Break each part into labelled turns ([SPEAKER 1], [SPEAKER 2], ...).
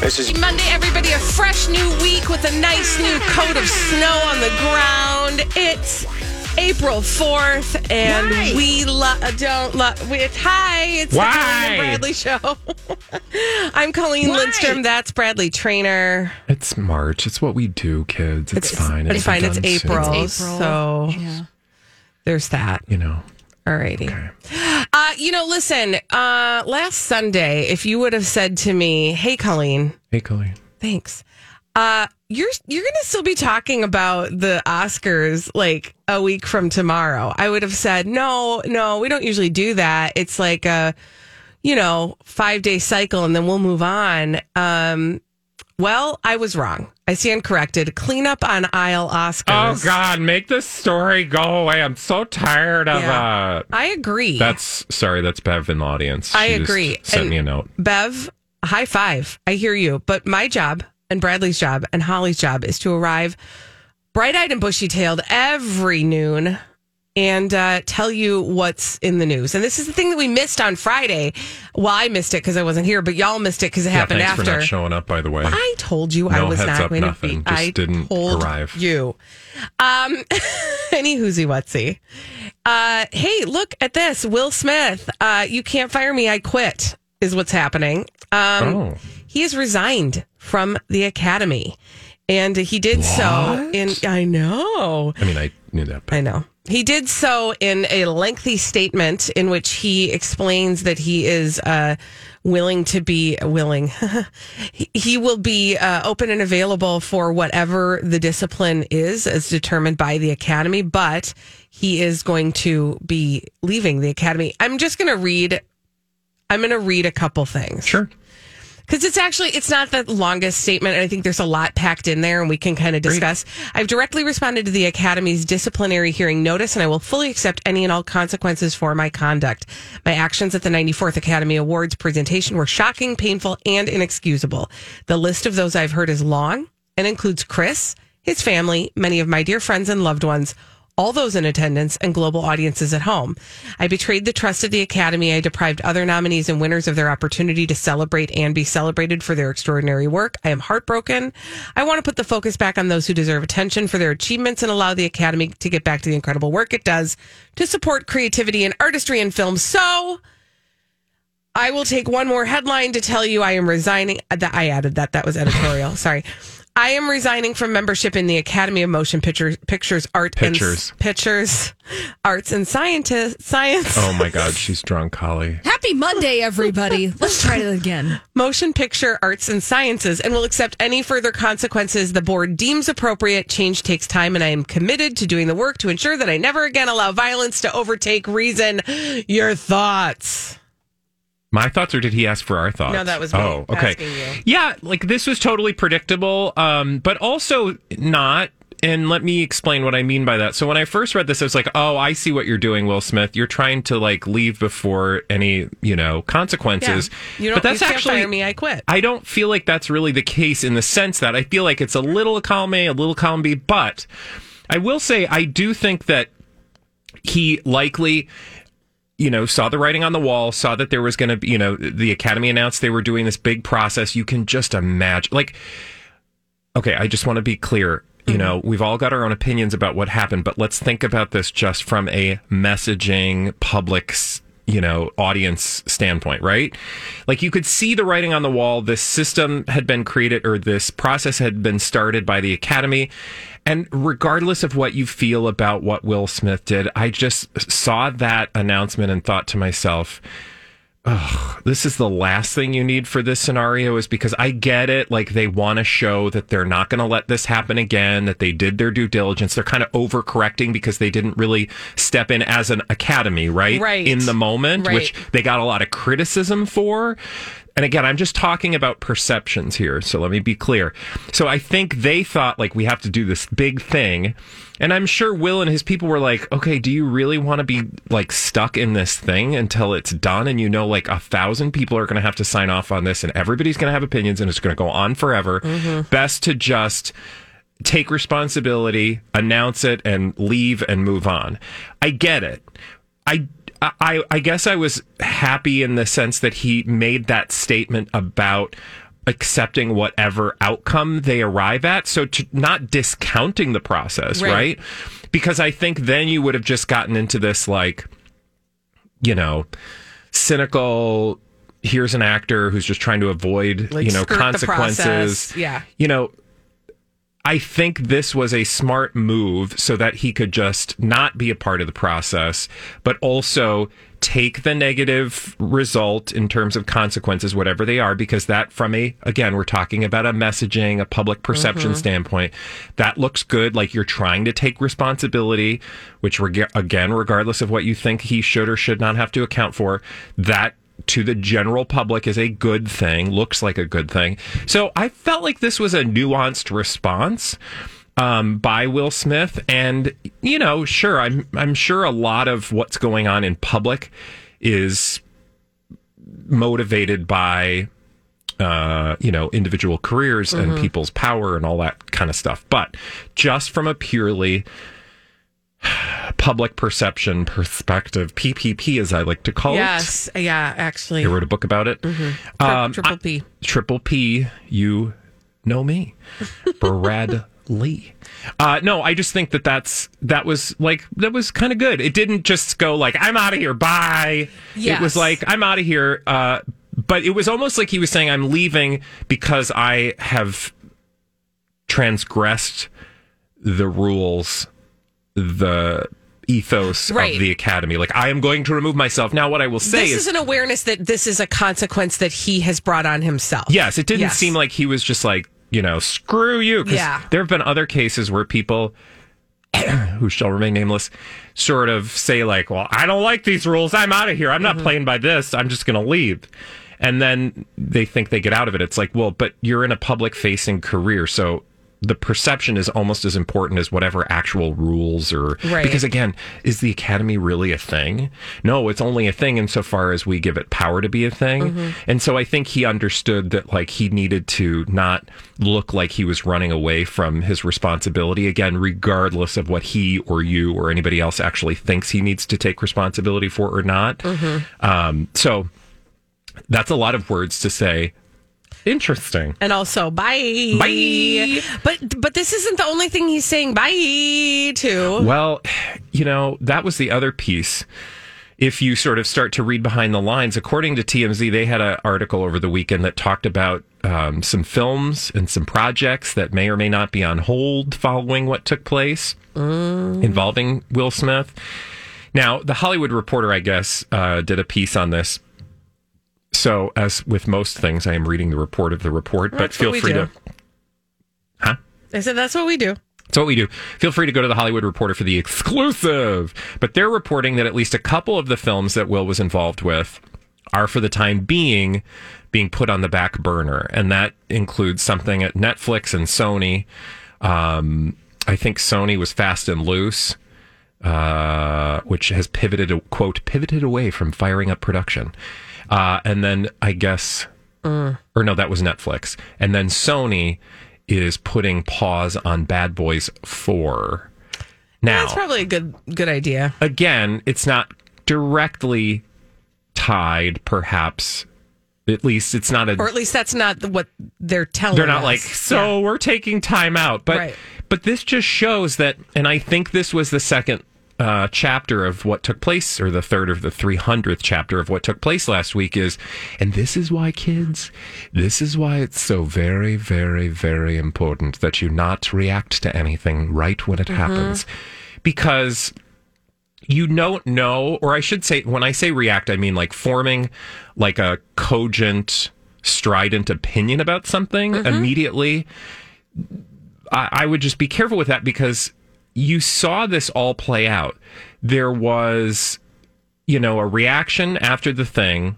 [SPEAKER 1] This is
[SPEAKER 2] Monday, everybody, a fresh new week with a nice new coat of snow on the ground. It's April 4th, and we lo- uh, don't love It's Hi, it's the Colleen and
[SPEAKER 3] Why?
[SPEAKER 2] Bradley Show. I'm Colleen Lindstrom. That's Bradley Trainer.
[SPEAKER 3] It's March. It's what we do, kids. It's, fine.
[SPEAKER 2] It's, fine. It's
[SPEAKER 3] done soon.
[SPEAKER 2] April, So there's that.
[SPEAKER 3] You know.
[SPEAKER 2] Alrighty. Uh, you know, listen, uh, last Sunday, if you would have said to me, Hey, Colleen,
[SPEAKER 3] Hey, Colleen.
[SPEAKER 2] Thanks. Uh, you're you're gonna still be talking about the Oscars like a week from tomorrow. I would have said no, no, we don't usually do that. It's like a you know five day cycle, and then we'll move on. Um, well, I was wrong. I stand corrected. Cleanup on aisle Oscars.
[SPEAKER 3] Oh God, make this story go away. I'm so tired of
[SPEAKER 2] Yeah.
[SPEAKER 3] uh.
[SPEAKER 2] I agree.
[SPEAKER 3] That's sorry. That's Bev in the audience.
[SPEAKER 2] I
[SPEAKER 3] She just
[SPEAKER 2] agree.
[SPEAKER 3] Sent
[SPEAKER 2] And-
[SPEAKER 3] me a note.
[SPEAKER 2] Bev, high five. I hear you. But my job and Bradley's job and Holly's job is to arrive bright eyed and bushy tailed every noon and uh, tell you what's in the news. And this is the thing that we missed on Friday. Well, I missed it because I wasn't here, but y'all missed it because it happened
[SPEAKER 3] yeah, thanks for
[SPEAKER 2] after.
[SPEAKER 3] not showing up. By the way,
[SPEAKER 2] I told you I
[SPEAKER 3] No
[SPEAKER 2] was
[SPEAKER 3] heads
[SPEAKER 2] not
[SPEAKER 3] up,
[SPEAKER 2] going to be.
[SPEAKER 3] nothing. Just
[SPEAKER 2] I
[SPEAKER 3] didn't
[SPEAKER 2] told
[SPEAKER 3] arrive.
[SPEAKER 2] you. Um, any whoozy whatsy. Uh, hey, look at this. Will Smith. Uh, you can't fire me. I quit. Is what's happening. Um,
[SPEAKER 3] oh,
[SPEAKER 2] he has resigned from the Academy, and he did so in. I know.
[SPEAKER 3] I mean, I knew that. But
[SPEAKER 2] I know. He did so in a lengthy statement in which he explains that he is uh, willing to be willing. He- he will be uh, open and available for whatever the discipline is, as determined by the academy, but he is going to be leaving the academy. I'm just going to read. I'm going to read a couple things
[SPEAKER 3] sure.
[SPEAKER 2] because it's actually it's not the longest statement and i think there's a lot packed in there and we can kind of discuss i've directly responded to the academy's disciplinary hearing notice and i will fully accept any and all consequences for my conduct my actions at the 94th academy awards presentation were shocking painful and inexcusable the list of those i've heard is long and includes chris his family many of my dear friends and loved ones all those in attendance and global audiences at home. I betrayed the trust of the Academy. I deprived other nominees and winners of their opportunity to celebrate and be celebrated for their extraordinary work. I am heartbroken. I want to put the focus back on those who deserve attention for their achievements and allow the Academy to get back to the incredible work it does to support creativity and artistry in film. So. I will take one more headline to tell you I am resigning. uh, That I added that. That was editorial. Sorry. I am resigning from membership in the Academy of Motion Pictures, Pictures, Art,
[SPEAKER 3] Pictures.
[SPEAKER 2] and Pictures, Arts and Scientist, Science,
[SPEAKER 3] Oh my God, she's drunk, Holly.
[SPEAKER 4] Happy Monday, everybody. Let's try it again.
[SPEAKER 2] Motion Picture Arts and Sciences, and will accept any further consequences the board deems appropriate. Change takes time, and I am committed to doing the work to ensure that I never again allow violence to overtake reason. Your thoughts.
[SPEAKER 3] My thoughts, or did he ask for our thoughts?
[SPEAKER 2] No, that was me
[SPEAKER 3] Oh, okay.
[SPEAKER 2] asking you.
[SPEAKER 3] Yeah, like this was totally predictable, um, but also not. And let me explain what I mean by that. So when I first read this, I was like, "Oh, I see what you're doing, Will Smith. You're trying to like leave before any, you know, consequences."
[SPEAKER 2] You don't.
[SPEAKER 3] but that's
[SPEAKER 2] you can't
[SPEAKER 3] actually
[SPEAKER 2] fire me. I quit.
[SPEAKER 3] I don't feel like that's really the case in the sense that I feel like it's a little column A, a little column B, but I will say I do think that he likely you know saw the writing on the wall saw that there was going to be you know the academy announced they were doing this big process you can just imagine like okay i just want to be clear you know we've all got our own opinions about what happened but let's think about this just from a messaging public s- you know audience standpoint right like you could see the writing on the wall this system had been created or this process had been started by the academy and regardless of what you feel about what Will Smith did, I just saw that announcement and thought to myself, ugh, this is the last thing you need for this scenario is because I get it. Like they want to show that they're not going to let this happen again, that they did their due diligence. They're kind of overcorrecting because they didn't really step in as an academy, right?
[SPEAKER 2] Right.
[SPEAKER 3] In the moment,
[SPEAKER 2] Right.
[SPEAKER 3] which they got a lot of criticism for. And again, I'm just talking about perceptions here. So let me be clear. So I think they thought like we have to do this big thing. And I'm sure Will and his people were like, okay, do you really want to be like stuck in this thing until it's done? And you know, like a thousand people are going to have to sign off on this and everybody's going to have opinions and it's going to go on forever. Best to just take responsibility, announce it, and leave and move on. I get it. I. I, I guess I was happy in the sense that he made that statement about accepting whatever outcome they arrive at. So, to not discounting the process,
[SPEAKER 2] Right.
[SPEAKER 3] right? Because I think then you would have just gotten into this, like, you know, cynical. Here's an actor who's just trying to avoid,
[SPEAKER 2] Like,
[SPEAKER 3] you know,
[SPEAKER 2] skirt the
[SPEAKER 3] consequences.
[SPEAKER 2] process. Yeah.
[SPEAKER 3] You know, I think this was a smart move so that he could just not be a part of the process, but also take the negative result in terms of consequences, whatever they are, because that, from a, again, we're talking about a messaging, a public perception standpoint, that looks good. Like you're trying to take responsibility, which, reg- again, regardless of what you think he should or should not have to account for, that to the general public is a good thing, looks like a good thing. So I felt like this was a nuanced response um, by Will Smith, and you know, sure, I'm I'm sure a lot of what's going on in public is motivated by uh, you know individual careers and people's power and all that kind of stuff, but just from a purely public perception perspective, PPP as I like to call it.
[SPEAKER 2] Yes. Yeah, actually.
[SPEAKER 3] I wrote a book about it.
[SPEAKER 2] Tri-
[SPEAKER 3] Um,
[SPEAKER 2] triple
[SPEAKER 3] I-
[SPEAKER 2] P.
[SPEAKER 3] triple P, you know me, Brad Lee. Uh, no, I just think that that's that was like that was kind of good. It didn't just go like I'm out of here, bye. It was
[SPEAKER 4] Yes.
[SPEAKER 3] like I'm out of here, uh, but it was almost like he was saying I'm leaving because I have transgressed the rules, the ethos
[SPEAKER 2] Right.
[SPEAKER 3] of the academy. Like I am going to remove myself. Now, what I will say
[SPEAKER 2] This
[SPEAKER 3] is
[SPEAKER 2] is an awareness that this is a consequence that he has brought on himself.
[SPEAKER 3] Yes, it didn't
[SPEAKER 2] Yes.
[SPEAKER 3] seem like he was just like, you know, screw you. 'cause
[SPEAKER 2] Yeah.
[SPEAKER 3] There have been other cases where people who shall remain nameless sort of say, like, well, I don't like these rules. I'm out of here. I'm
[SPEAKER 2] Mm-hmm.
[SPEAKER 3] not playing by this. I'm just going to leave. And then they think they get out of it. It's like, well, but you're in a public facing career. So the perception is almost as important as whatever actual rules or.
[SPEAKER 2] Right.
[SPEAKER 3] Because again, is the academy really a thing? No, it's only a thing insofar as we give it power to be a thing. And so I think he understood that like he needed to not look like he was running away from his responsibility again, regardless of what he or you or anybody else actually thinks he needs to take responsibility for or not. Um, so that's a lot of words to say. Interesting.
[SPEAKER 2] And also, bye.
[SPEAKER 3] Bye.
[SPEAKER 2] But but this isn't the only thing he's saying bye to.
[SPEAKER 3] Well, you know, that was the other piece. If you sort of start to read behind the lines, according to TMZ, they had an article over the weekend that talked about um, some films and some projects that may or may not be on hold following what took place
[SPEAKER 2] Mm.
[SPEAKER 3] involving Will Smith. Now, the Hollywood Reporter, I guess, uh, did a piece on this. So, as with most things, I am reading the report of the report, but
[SPEAKER 2] That's what
[SPEAKER 3] feel
[SPEAKER 2] we
[SPEAKER 3] free
[SPEAKER 2] do.
[SPEAKER 3] to. Huh?
[SPEAKER 2] I said, that's what we do.
[SPEAKER 3] So what we do, feel free to go to the Hollywood Reporter for the exclusive. But they're reporting that at least a couple of the films that Will was involved with are for the time being being put on the back burner. And that includes something at Netflix and Sony. Um, I think Sony was fast and loose, uh, which has pivoted, quote, pivoted away from firing up production. Uh, and then I guess
[SPEAKER 2] Mm.
[SPEAKER 3] or no, that was Netflix. And then Sony is putting pause on Bad Boys 4. Now,
[SPEAKER 2] That's probably a good good idea.
[SPEAKER 3] again, it's not directly tied, perhaps. At least it's not a.
[SPEAKER 2] Or at least that's not the- what they're telling
[SPEAKER 3] they're not
[SPEAKER 2] us.
[SPEAKER 3] like, so we're taking time out. But,
[SPEAKER 2] Right.
[SPEAKER 3] but this just shows that, and I think this was the second. Uh, chapter of what took place, or the third or the 300th chapter of what took place last week is, and this is why, kids, this is why it's so very, very, very important that you not react to anything right when it happens. Because you don't know, or I should say, when I say react, I mean like forming like a cogent, strident opinion about something immediately. I, I would just be careful with that because you saw this all play out. There was, you know, a reaction after the thing.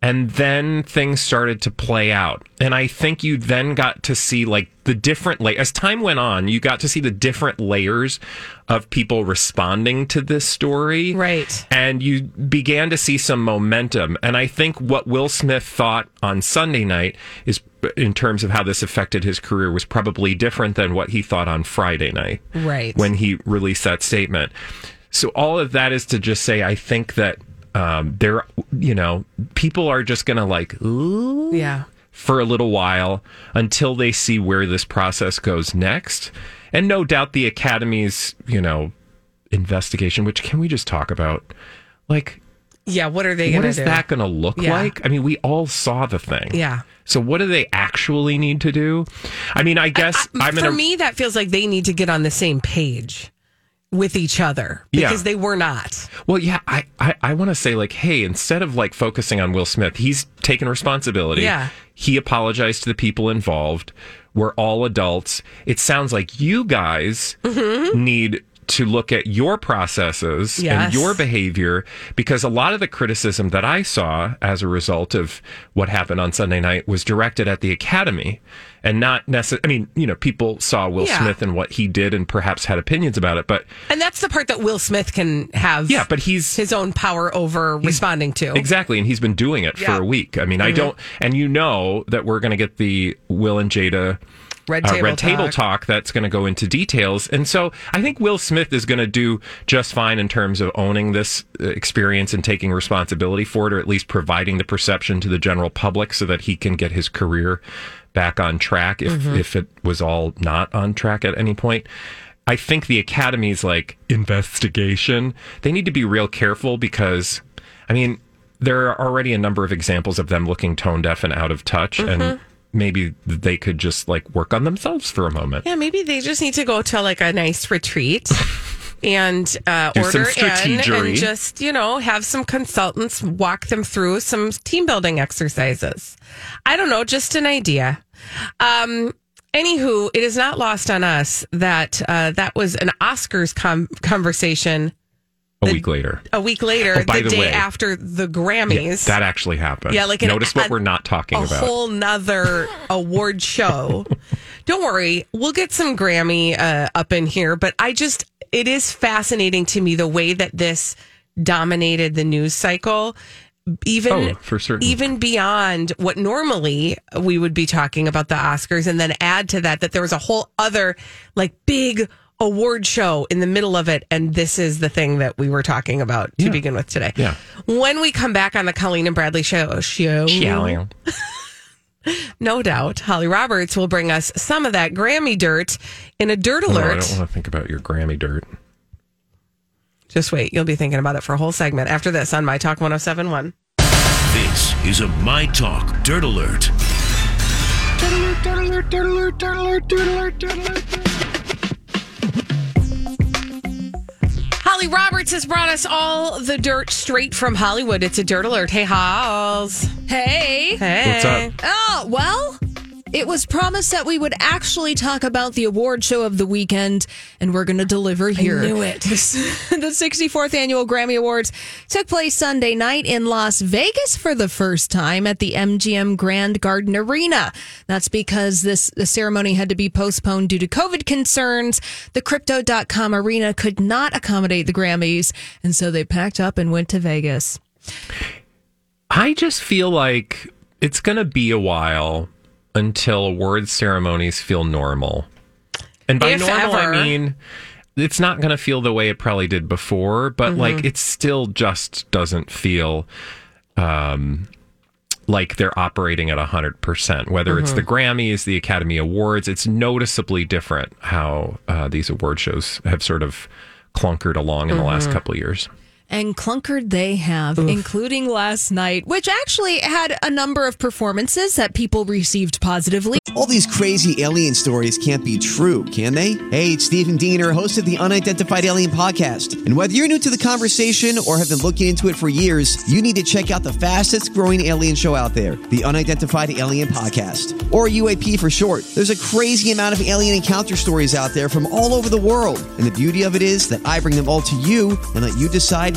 [SPEAKER 3] And then things started to play out. And I think you then got to see like the different la As time went on, you got to see the different layers of people responding to this story.
[SPEAKER 2] Right.
[SPEAKER 3] And you began to see some momentum. And I think what Will Smith thought on Sunday night is in terms of how this affected his career was probably different than what he thought on Friday night.
[SPEAKER 2] Right.
[SPEAKER 3] When he released that statement. So all of that is to just say, I think that um, there, you know, people are just going to like, ooh,
[SPEAKER 2] Yeah.
[SPEAKER 3] for a little while until they see where this process goes next. And no doubt the Academy's, you know, investigation, which can we just talk about? Like,
[SPEAKER 2] Yeah. What are they going
[SPEAKER 3] what
[SPEAKER 2] to
[SPEAKER 3] is
[SPEAKER 2] do?
[SPEAKER 3] that going to look
[SPEAKER 2] Yeah.
[SPEAKER 3] like? I mean, we all saw the thing.
[SPEAKER 2] Yeah.
[SPEAKER 3] So what do they actually need to do? I mean, I guess I, am
[SPEAKER 2] for
[SPEAKER 3] gonna,
[SPEAKER 2] me, that feels like they need to get on the same page with each other
[SPEAKER 3] Yeah.
[SPEAKER 2] because they were not.
[SPEAKER 3] Well, yeah, I, I, I want to say like, hey, instead of like focusing on Will Smith, he's taken responsibility.
[SPEAKER 2] Yeah.
[SPEAKER 3] He apologized to the people involved. We're all adults. It sounds like you guys need to look at your processes
[SPEAKER 2] Mm-hmm. Yes.
[SPEAKER 3] and your behavior because a lot of the criticism that I saw as a result of what happened on Sunday night was directed at the academy and not necessarily, I mean, you know, people saw Will
[SPEAKER 2] Yeah.
[SPEAKER 3] Smith and what he did and perhaps had opinions about it, but
[SPEAKER 2] And that's the part that Will Smith can have
[SPEAKER 3] yeah, but he's
[SPEAKER 2] his own power over responding to.
[SPEAKER 3] Exactly, and he's been doing it
[SPEAKER 2] Yeah. Mm-hmm.
[SPEAKER 3] for a week. I mean, I don't, and you know that we're going to get the Will and Jada
[SPEAKER 2] Red
[SPEAKER 3] uh,
[SPEAKER 2] table,
[SPEAKER 3] red table
[SPEAKER 2] talk.
[SPEAKER 3] talk that's going to go into details, and so I think Will Smith is going to do just fine in terms of owning this uh, experience and taking responsibility for it, or at least providing the perception to the general public so that he can get his career back on track if
[SPEAKER 2] Mm-hmm.
[SPEAKER 3] if it was all not on track at any point. I think the Academy's like investigation. They need to be real careful because, I mean, there are already a number of examples of them looking tone deaf and out of touch,
[SPEAKER 2] Mm-hmm.
[SPEAKER 3] and maybe they could just like work on themselves for a moment.
[SPEAKER 2] Yeah, maybe they just need to go to like a nice retreat and uh,
[SPEAKER 3] Do some
[SPEAKER 2] order in and
[SPEAKER 3] strategery.
[SPEAKER 2] just, you know, have some consultants walk them through some team building exercises. I don't know, just an idea. Um, anywho, it is not lost on us that uh, that was an Oscars com- conversation
[SPEAKER 3] A week later,
[SPEAKER 2] a week later,
[SPEAKER 3] Oh, by the
[SPEAKER 2] day
[SPEAKER 3] way.
[SPEAKER 2] after the
[SPEAKER 3] yeah,
[SPEAKER 2] Grammys.
[SPEAKER 3] that actually happened.
[SPEAKER 2] Yeah, like an-
[SPEAKER 3] notice what
[SPEAKER 2] an-
[SPEAKER 3] we're not talking
[SPEAKER 2] a
[SPEAKER 3] about.
[SPEAKER 2] whole nother award show. Don't worry, we'll get some Grammy uh, up in here, but I just, it is fascinating to me the way that this dominated the news cycle. Even
[SPEAKER 3] Oh, for certain.
[SPEAKER 2] even beyond what normally we would be talking about the Oscars, and then add to that that there was a whole other like big award show in the middle of it, and this is the thing that we were talking about to begin with today.
[SPEAKER 3] Yeah.
[SPEAKER 2] When we come back on the Colleen and Bradley show, show
[SPEAKER 3] Yelling.
[SPEAKER 2] no doubt, Holly Roberts will bring us some of that Grammy dirt in a dirt
[SPEAKER 3] No, Oh, I
[SPEAKER 2] alert.
[SPEAKER 3] don't want to think about your Grammy dirt.
[SPEAKER 2] Just wait, you'll be thinking about it for a whole segment after this on My Talk 1071.
[SPEAKER 1] This is a My Talk Dirt Alert.
[SPEAKER 2] Holly Roberts has brought us all the dirt straight from Hollywood. It's a dirt alert. Hey, Halls.
[SPEAKER 4] Hey.
[SPEAKER 2] Hey.
[SPEAKER 3] What's up?
[SPEAKER 4] Oh, well, it was promised that we would actually talk about the award show of the weekend, and we're going to deliver here.
[SPEAKER 2] knew it.
[SPEAKER 4] the 64th annual Grammy Awards took place Sunday night in Las Vegas for the first time at the MGM Grand Garden Arena. That's because this the ceremony had to be postponed due to COVID concerns. The crypto.com arena could not accommodate the Grammys, and so they packed up and went to Vegas.
[SPEAKER 3] I just feel like it's going to be a while until award ceremonies feel normal. And by
[SPEAKER 2] If
[SPEAKER 3] normal,
[SPEAKER 2] ever.
[SPEAKER 3] I mean it's not going to feel the way it probably did before, but like
[SPEAKER 2] Mm-hmm.
[SPEAKER 3] it still just doesn't feel um, like they're operating at 100%. Whether it's the
[SPEAKER 2] Mm-hmm.
[SPEAKER 3] Grammys, the Academy Awards, it's noticeably different
[SPEAKER 2] Mm-hmm.
[SPEAKER 3] how uh, these award shows have sort of clunkered along in the last couple of years.
[SPEAKER 4] And clunkered they have, including last night, which actually had a number of performances that people received positively.
[SPEAKER 5] All these crazy alien stories can't be true, can they? Hey, it's Stephen Diener, host of the Unidentified Alien Podcast. And whether you're new to the conversation or have been looking into it for years, you need to check out the fastest growing alien show out there, the Unidentified Alien Podcast, or UAP for short. There's a crazy amount of alien encounter stories out there from all over the world. And the beauty of it is that I bring them all to you and let you decide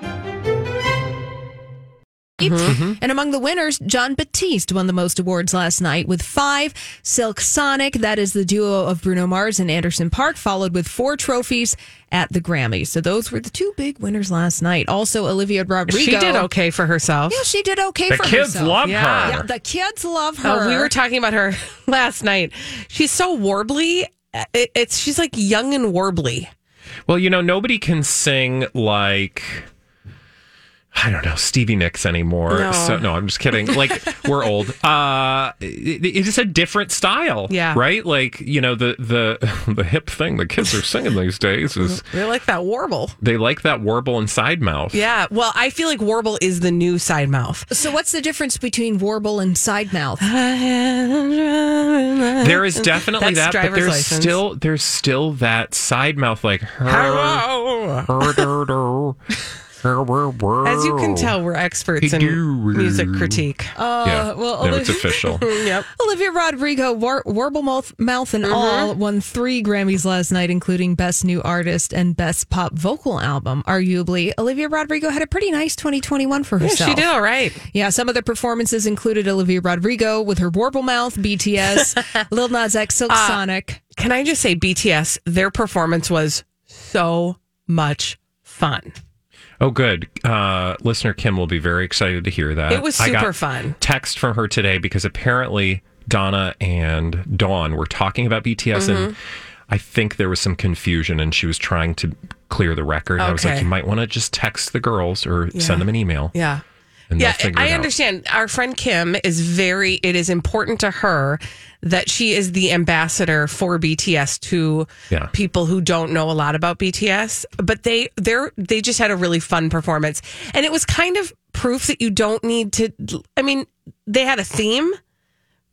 [SPEAKER 2] Mm-hmm.
[SPEAKER 4] And among the winners, John Batiste won the most awards last night with five. Silk Sonic, that is the duo of Bruno Mars and Anderson Park, followed with four trophies at the Grammys. So those were the two big winners last night. Also, Olivia Rodrigo.
[SPEAKER 2] She did okay for herself.
[SPEAKER 4] Yeah, she did okay
[SPEAKER 3] The
[SPEAKER 4] for
[SPEAKER 3] kids
[SPEAKER 4] herself.
[SPEAKER 3] love
[SPEAKER 2] Yeah.
[SPEAKER 3] her.
[SPEAKER 4] Yeah, the kids love her.
[SPEAKER 2] Oh, we were talking about her last night. She's so warbly. It, it's she's like young and warbly.
[SPEAKER 3] Well, you know, nobody can sing like I don't know Stevie Nicks anymore.
[SPEAKER 2] No.
[SPEAKER 3] So no, I'm just kidding. Like we're old. Uh, it, it's just a different style.
[SPEAKER 2] Yeah.
[SPEAKER 3] Right. Like you know the the the hip thing the kids are singing these days is
[SPEAKER 2] They're like that warble.
[SPEAKER 3] they like that warble and side mouth.
[SPEAKER 2] Yeah. Well, I feel like warble is the new side mouth.
[SPEAKER 4] so what's the difference between warble and side mouth?
[SPEAKER 3] There is definitely that,
[SPEAKER 2] That's
[SPEAKER 3] but
[SPEAKER 2] driver's
[SPEAKER 3] there's
[SPEAKER 2] license.
[SPEAKER 3] still there's still that side mouth like
[SPEAKER 2] Hello. As
[SPEAKER 3] As
[SPEAKER 2] you can tell, we're experts in music critique.
[SPEAKER 3] yeah,
[SPEAKER 4] well,
[SPEAKER 3] no, it's official.
[SPEAKER 2] Um, Yep.
[SPEAKER 4] Olivia Rodrigo, war- warble mouth, mouth
[SPEAKER 2] Mm-hmm.
[SPEAKER 4] and all, won three Grammys last night, including Best New Artist and Best Pop Vocal Album. Arguably, Olivia Rodrigo had a pretty nice 2021 for herself.
[SPEAKER 2] She did all right.
[SPEAKER 4] Yeah, some of the performances included Olivia Rodrigo with her warble mouth, BTS, Lil Nas X, Silk
[SPEAKER 2] Ah.
[SPEAKER 4] Sonic.
[SPEAKER 2] Can I just say, BTS, their performance was so much fun.
[SPEAKER 3] Oh, good. Uh, listener Kim will be very excited to hear that.
[SPEAKER 2] It was
[SPEAKER 3] Uh, I got
[SPEAKER 2] super fun.
[SPEAKER 3] Text from her today because apparently Donna and Dawn were talking about BTS,
[SPEAKER 2] Mm-hmm.
[SPEAKER 3] and I think there was some confusion, and she was trying to clear the record. I was like,
[SPEAKER 2] Okay.
[SPEAKER 3] you might want to just text the girls or send them an email.
[SPEAKER 2] Yeah.
[SPEAKER 3] and they'll
[SPEAKER 2] Yeah,
[SPEAKER 3] figure it
[SPEAKER 2] I
[SPEAKER 3] out.
[SPEAKER 2] understand. Our friend Kim is very, it is important to her that she is the ambassador for BTS to
[SPEAKER 3] Yeah.
[SPEAKER 2] people who don't know a lot about BTS, but they they're they just had a really fun performance. And it was kind of proof that you don't need to I mean, they had a theme,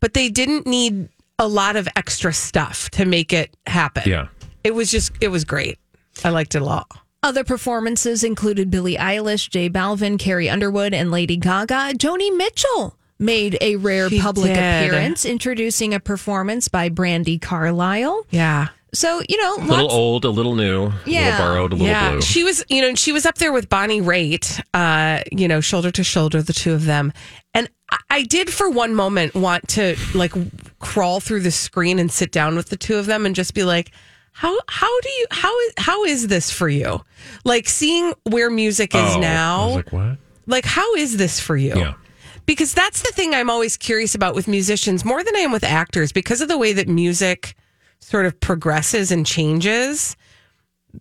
[SPEAKER 2] but they didn't need a lot of extra stuff to make it happen.
[SPEAKER 3] Yeah.
[SPEAKER 2] It was just it was great. I liked it a lot.
[SPEAKER 4] Other performances included Billie Eilish, Jay Balvin, Carrie Underwood, and Lady Gaga. Joni Mitchell made a rare
[SPEAKER 2] She
[SPEAKER 4] public
[SPEAKER 2] did.
[SPEAKER 4] appearance, introducing a performance by Brandy Carlisle.
[SPEAKER 2] Yeah.
[SPEAKER 4] So, you know,
[SPEAKER 3] A little
[SPEAKER 4] lots-
[SPEAKER 3] old, a little new, a
[SPEAKER 4] Yeah.
[SPEAKER 3] little borrowed, a little
[SPEAKER 2] yeah,
[SPEAKER 3] blue.
[SPEAKER 2] she was, you know, she was up there with Bonnie Raitt, uh, you know, shoulder to shoulder, the two of them. And I, I did for one moment want to like crawl through the screen and sit down with the two of them and just be like, how how do you how is how is this for you? Like seeing where music is
[SPEAKER 3] Oh, I
[SPEAKER 2] now,
[SPEAKER 3] was
[SPEAKER 2] like,
[SPEAKER 3] like, what?
[SPEAKER 2] how is this for you?
[SPEAKER 3] Yeah.
[SPEAKER 2] Because that's the thing I'm always curious about with musicians more than I am with actors because of the way that music sort of progresses and changes.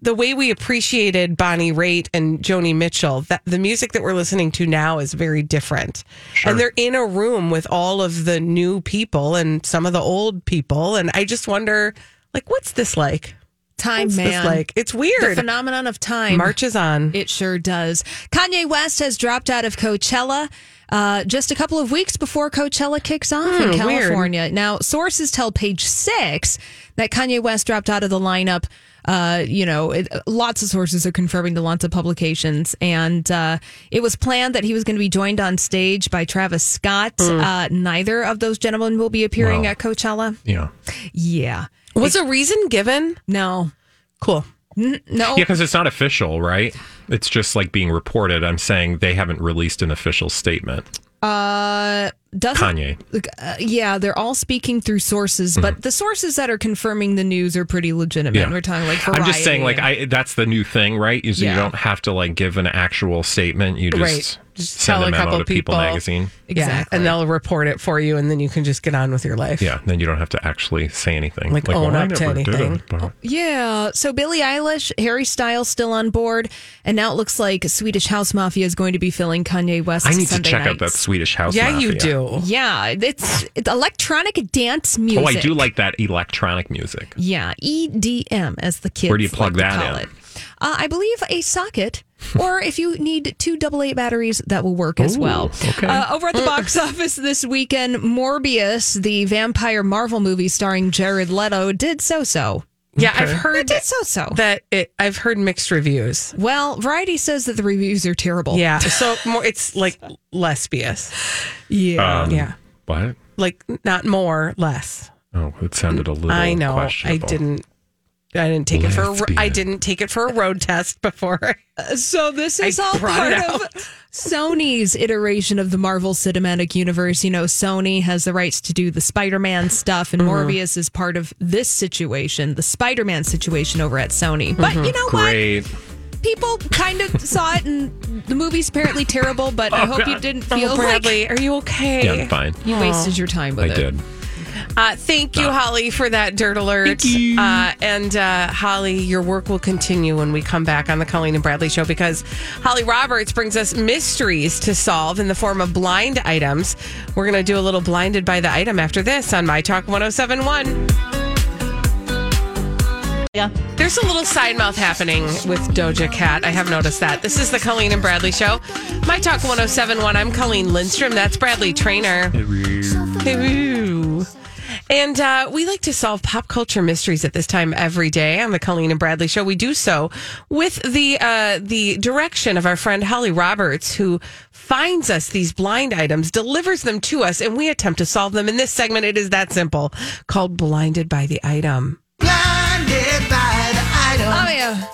[SPEAKER 2] The way we appreciated Bonnie Raitt and Joni Mitchell, that the music that we're listening to now is very different. And they're in a room with all of the new people and some of the old people and I just wonder like what's this like?
[SPEAKER 4] time,
[SPEAKER 2] What's
[SPEAKER 4] man.
[SPEAKER 2] this like? It's
[SPEAKER 4] the
[SPEAKER 2] weird.
[SPEAKER 4] phenomenon of time.
[SPEAKER 2] Marches on.
[SPEAKER 4] It sure does. Kanye West has dropped out of Coachella uh, just a couple of weeks before Coachella kicks off in
[SPEAKER 2] Hmm, weird.
[SPEAKER 4] California. Now, sources tell Page Six that Kanye West dropped out of the lineup. Uh, you know, it, lots of sources are confirming to lots of publications, and uh, it was planned that he was going to be joined on stage by Travis Scott.
[SPEAKER 2] Hmm.
[SPEAKER 4] Uh, neither of those gentlemen will be appearing
[SPEAKER 3] Wow.
[SPEAKER 4] at Coachella.
[SPEAKER 3] Yeah.
[SPEAKER 4] Yeah,
[SPEAKER 2] Was a reason given?
[SPEAKER 4] no,
[SPEAKER 2] Cool.
[SPEAKER 4] no.
[SPEAKER 3] Yeah, because it's not official, right? It's just like being reported. I'm saying they haven't released an official statement.
[SPEAKER 4] Uh, doesn't
[SPEAKER 3] Kanye. Mm-hmm.
[SPEAKER 4] uh, yeah, they're all speaking through sources, but the sources that are confirming the news are pretty legitimate.
[SPEAKER 3] Yeah.
[SPEAKER 4] We're talking like Variety.
[SPEAKER 3] I'm just saying, like,
[SPEAKER 4] and-
[SPEAKER 3] I that's the new thing, right? Is
[SPEAKER 4] Yeah.
[SPEAKER 3] you don't have to like give an actual statement. You just,
[SPEAKER 2] Right. Just
[SPEAKER 3] send
[SPEAKER 2] tell
[SPEAKER 3] a
[SPEAKER 2] a
[SPEAKER 3] memo
[SPEAKER 2] couple
[SPEAKER 3] to People
[SPEAKER 2] people.
[SPEAKER 3] Magazine.
[SPEAKER 4] Exactly.
[SPEAKER 2] Yeah, and they'll report it for you, and then you can just get on with your life.
[SPEAKER 3] Yeah, then you don't have to actually say anything.
[SPEAKER 2] Like, own
[SPEAKER 3] I
[SPEAKER 2] up to
[SPEAKER 3] never did
[SPEAKER 2] anything.
[SPEAKER 3] it, but-
[SPEAKER 4] Yeah. So Billie Eilish, Harry Styles still on board, and now it looks like Swedish House Mafia is going to be filling Kanye West's
[SPEAKER 3] I need to
[SPEAKER 4] Sunday
[SPEAKER 3] check out that
[SPEAKER 4] nights.
[SPEAKER 3] Swedish House.
[SPEAKER 2] yeah, you
[SPEAKER 3] Mafia.
[SPEAKER 2] do.
[SPEAKER 4] Yeah, it's, it's electronic dance music.
[SPEAKER 3] Oh, I do like that electronic music.
[SPEAKER 4] Yeah, EDM as the kids.
[SPEAKER 3] Where do you plug
[SPEAKER 4] like to
[SPEAKER 3] that
[SPEAKER 4] call
[SPEAKER 3] in?
[SPEAKER 4] it. Uh, I believe a socket, or if you need two AA batteries, that will work as
[SPEAKER 3] Ooh,
[SPEAKER 4] well.
[SPEAKER 3] okay.
[SPEAKER 4] Uh, over at the box office this weekend, Morbius, the vampire Marvel movie starring Jared Leto, did so so.
[SPEAKER 2] Yeah, I've heard
[SPEAKER 4] It did so so.
[SPEAKER 2] that. It, I've heard mixed reviews.
[SPEAKER 4] Well, Variety says that the reviews are terrible.
[SPEAKER 2] Yeah, so more, it's like less BS.
[SPEAKER 4] yeah.
[SPEAKER 3] Um,
[SPEAKER 2] Yeah.
[SPEAKER 3] What?
[SPEAKER 2] Like not more, less.
[SPEAKER 3] Oh, it sounded a little.
[SPEAKER 2] I know. I
[SPEAKER 3] questionable.
[SPEAKER 2] didn't. I didn't take it for. A, ro- I
[SPEAKER 3] Lesbian.
[SPEAKER 2] didn't take it for a road test before.
[SPEAKER 4] So this
[SPEAKER 2] I
[SPEAKER 4] is all
[SPEAKER 2] brought
[SPEAKER 4] part
[SPEAKER 2] it
[SPEAKER 4] of Sony's iteration of the Marvel Cinematic Universe. You know, Sony has the rights to do the Spider-Man stuff,
[SPEAKER 2] Mm-hmm.
[SPEAKER 4] and Morbius is part of this situation, the Spider-Man situation over at Sony. But
[SPEAKER 2] Mm-hmm.
[SPEAKER 4] you know
[SPEAKER 3] Great.
[SPEAKER 4] what? People kind of saw it, and the movie's apparently terrible. But I hope you didn't feel
[SPEAKER 2] Oh,
[SPEAKER 4] like
[SPEAKER 2] Bradley, Oh. are you okay?
[SPEAKER 3] Yeah, I'm fine.
[SPEAKER 4] you wasted your time with
[SPEAKER 3] I
[SPEAKER 4] it.
[SPEAKER 3] did.
[SPEAKER 2] Uh, thank you, Holly, for that dirt alert. Uh, and uh, Holly, your work will continue when we come back on the Colleen and Bradley show because Holly Roberts brings us mysteries to solve in the form of blind items. We're going to do a little blinded by the item after this on My Talk 1071.
[SPEAKER 6] Yeah.
[SPEAKER 2] There's a little side mouth happening with Doja Cat. I have noticed that. This is the Colleen and Bradley show. My Talk 1071. I'm Colleen Lindstrom. That's Bradley Trainer. Peru. And uh, we like to solve pop culture mysteries at this time every day on the Colleen and Bradley Show. We do so with the uh, the direction of our friend Holly Roberts, who finds us these blind items, delivers them to us, and we attempt to solve them. In this segment, it is that simple, called "Blinded by the Item."
[SPEAKER 4] Oh yeah,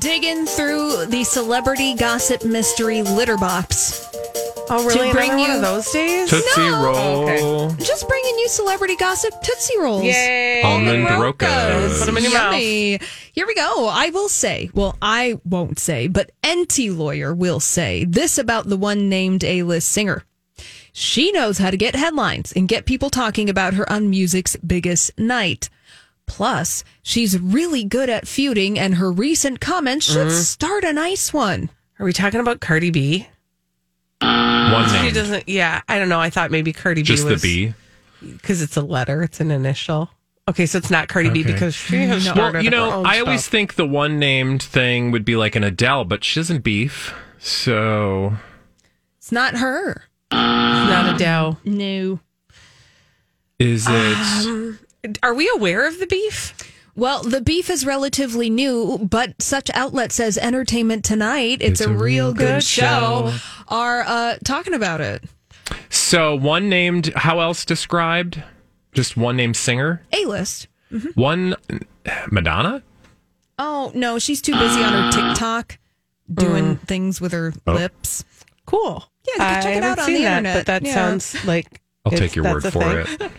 [SPEAKER 4] digging through the celebrity gossip mystery litter box.
[SPEAKER 2] Oh,
[SPEAKER 4] really? Another one of
[SPEAKER 2] those days?
[SPEAKER 3] Tootsie
[SPEAKER 4] No.
[SPEAKER 3] roll.
[SPEAKER 4] Just bringing you celebrity gossip tootsie rolls.
[SPEAKER 2] Yay!
[SPEAKER 3] Almond
[SPEAKER 4] Rocas.
[SPEAKER 3] Rocas.
[SPEAKER 2] Put 'em in your mouth.
[SPEAKER 4] Yummy. Here we go. I will say, well, I won't say, but NT lawyer will say this about the one named A list singer. She knows how to get headlines and get people talking about her on music's biggest night. Plus, she's really good at feuding, and her recent comments should
[SPEAKER 2] Mm-hmm.
[SPEAKER 4] start a nice one.
[SPEAKER 2] Are we talking about Cardi B?
[SPEAKER 3] One
[SPEAKER 2] She
[SPEAKER 3] name.
[SPEAKER 2] doesn't. Yeah, I don't know. I thought maybe Cardi
[SPEAKER 3] Um, Just
[SPEAKER 2] B
[SPEAKER 3] the
[SPEAKER 2] was
[SPEAKER 3] B.
[SPEAKER 2] because it's a letter, it's an initial. Okay, so it's not Cardi B
[SPEAKER 3] Okay.
[SPEAKER 2] because she has started
[SPEAKER 3] Well, you
[SPEAKER 2] her
[SPEAKER 3] know,
[SPEAKER 2] own
[SPEAKER 3] I
[SPEAKER 2] stuff.
[SPEAKER 3] always think the one named thing would be like an Adele, but she doesn't beef. So
[SPEAKER 4] It's not her.
[SPEAKER 2] It's not Adele.
[SPEAKER 4] No.
[SPEAKER 3] is it?
[SPEAKER 2] Um, Are we aware of the beef?
[SPEAKER 4] Well, the beef is relatively new, but such outlet says Entertainment Tonight, it's, a, real good, show, are uh, talking about it.
[SPEAKER 3] so one named. How else described? Just one named singer.
[SPEAKER 4] A list.
[SPEAKER 3] One Madonna.
[SPEAKER 4] Oh, no, she's too busy on her TikTok doing things with her lips.
[SPEAKER 2] Cool.
[SPEAKER 4] Yeah, you can check it out on the
[SPEAKER 2] that,
[SPEAKER 4] internet.
[SPEAKER 2] but that
[SPEAKER 4] Yeah.
[SPEAKER 2] sounds like
[SPEAKER 3] I'll
[SPEAKER 2] it's-
[SPEAKER 3] take your
[SPEAKER 2] that's
[SPEAKER 3] word
[SPEAKER 2] a
[SPEAKER 3] for
[SPEAKER 2] thing.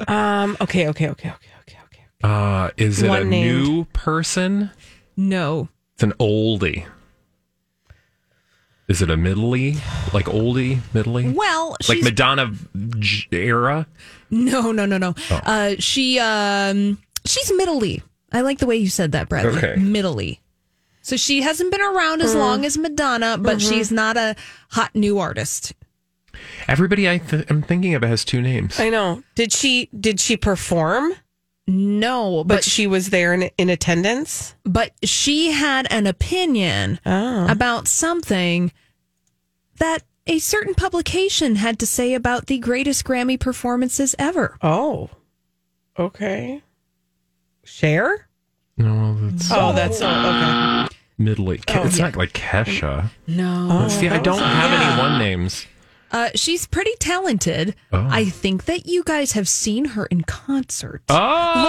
[SPEAKER 3] it.
[SPEAKER 2] Um. Okay. Okay. Okay. Okay. Okay. Okay.
[SPEAKER 3] Uh, is it a
[SPEAKER 2] One named.
[SPEAKER 3] new person?
[SPEAKER 4] No.
[SPEAKER 3] It's an oldie. Is it a middly? Like oldie, middly?
[SPEAKER 4] Well,
[SPEAKER 3] Like
[SPEAKER 4] she's.
[SPEAKER 3] Madonna j- era?
[SPEAKER 4] no, no, no, no. Uh, she, um, she's middly. I like the way you said that, Bradley.
[SPEAKER 3] Okay.
[SPEAKER 4] Middly. So she hasn't been around as long as Madonna, but she's not a hot new artist.
[SPEAKER 3] Everybody I th- I'm thinking of has two names.
[SPEAKER 2] I know. Did she? Did she perform?
[SPEAKER 4] No,
[SPEAKER 2] But,
[SPEAKER 4] but
[SPEAKER 2] she was there in, in attendance.
[SPEAKER 4] but she had an opinion about something that a certain publication had to say about the greatest Grammy performances ever.
[SPEAKER 2] Oh. Okay. Share.
[SPEAKER 3] No, that's
[SPEAKER 2] Oh, that's so
[SPEAKER 4] Oh.
[SPEAKER 2] okay.
[SPEAKER 3] middly. Ke- E.
[SPEAKER 2] Oh,
[SPEAKER 3] it's not like Kesha.
[SPEAKER 4] No.
[SPEAKER 3] See, I don't have any one names.
[SPEAKER 4] Uh, she's pretty talented.
[SPEAKER 3] Oh.
[SPEAKER 4] I think that you guys have seen her in concert.
[SPEAKER 3] Oh,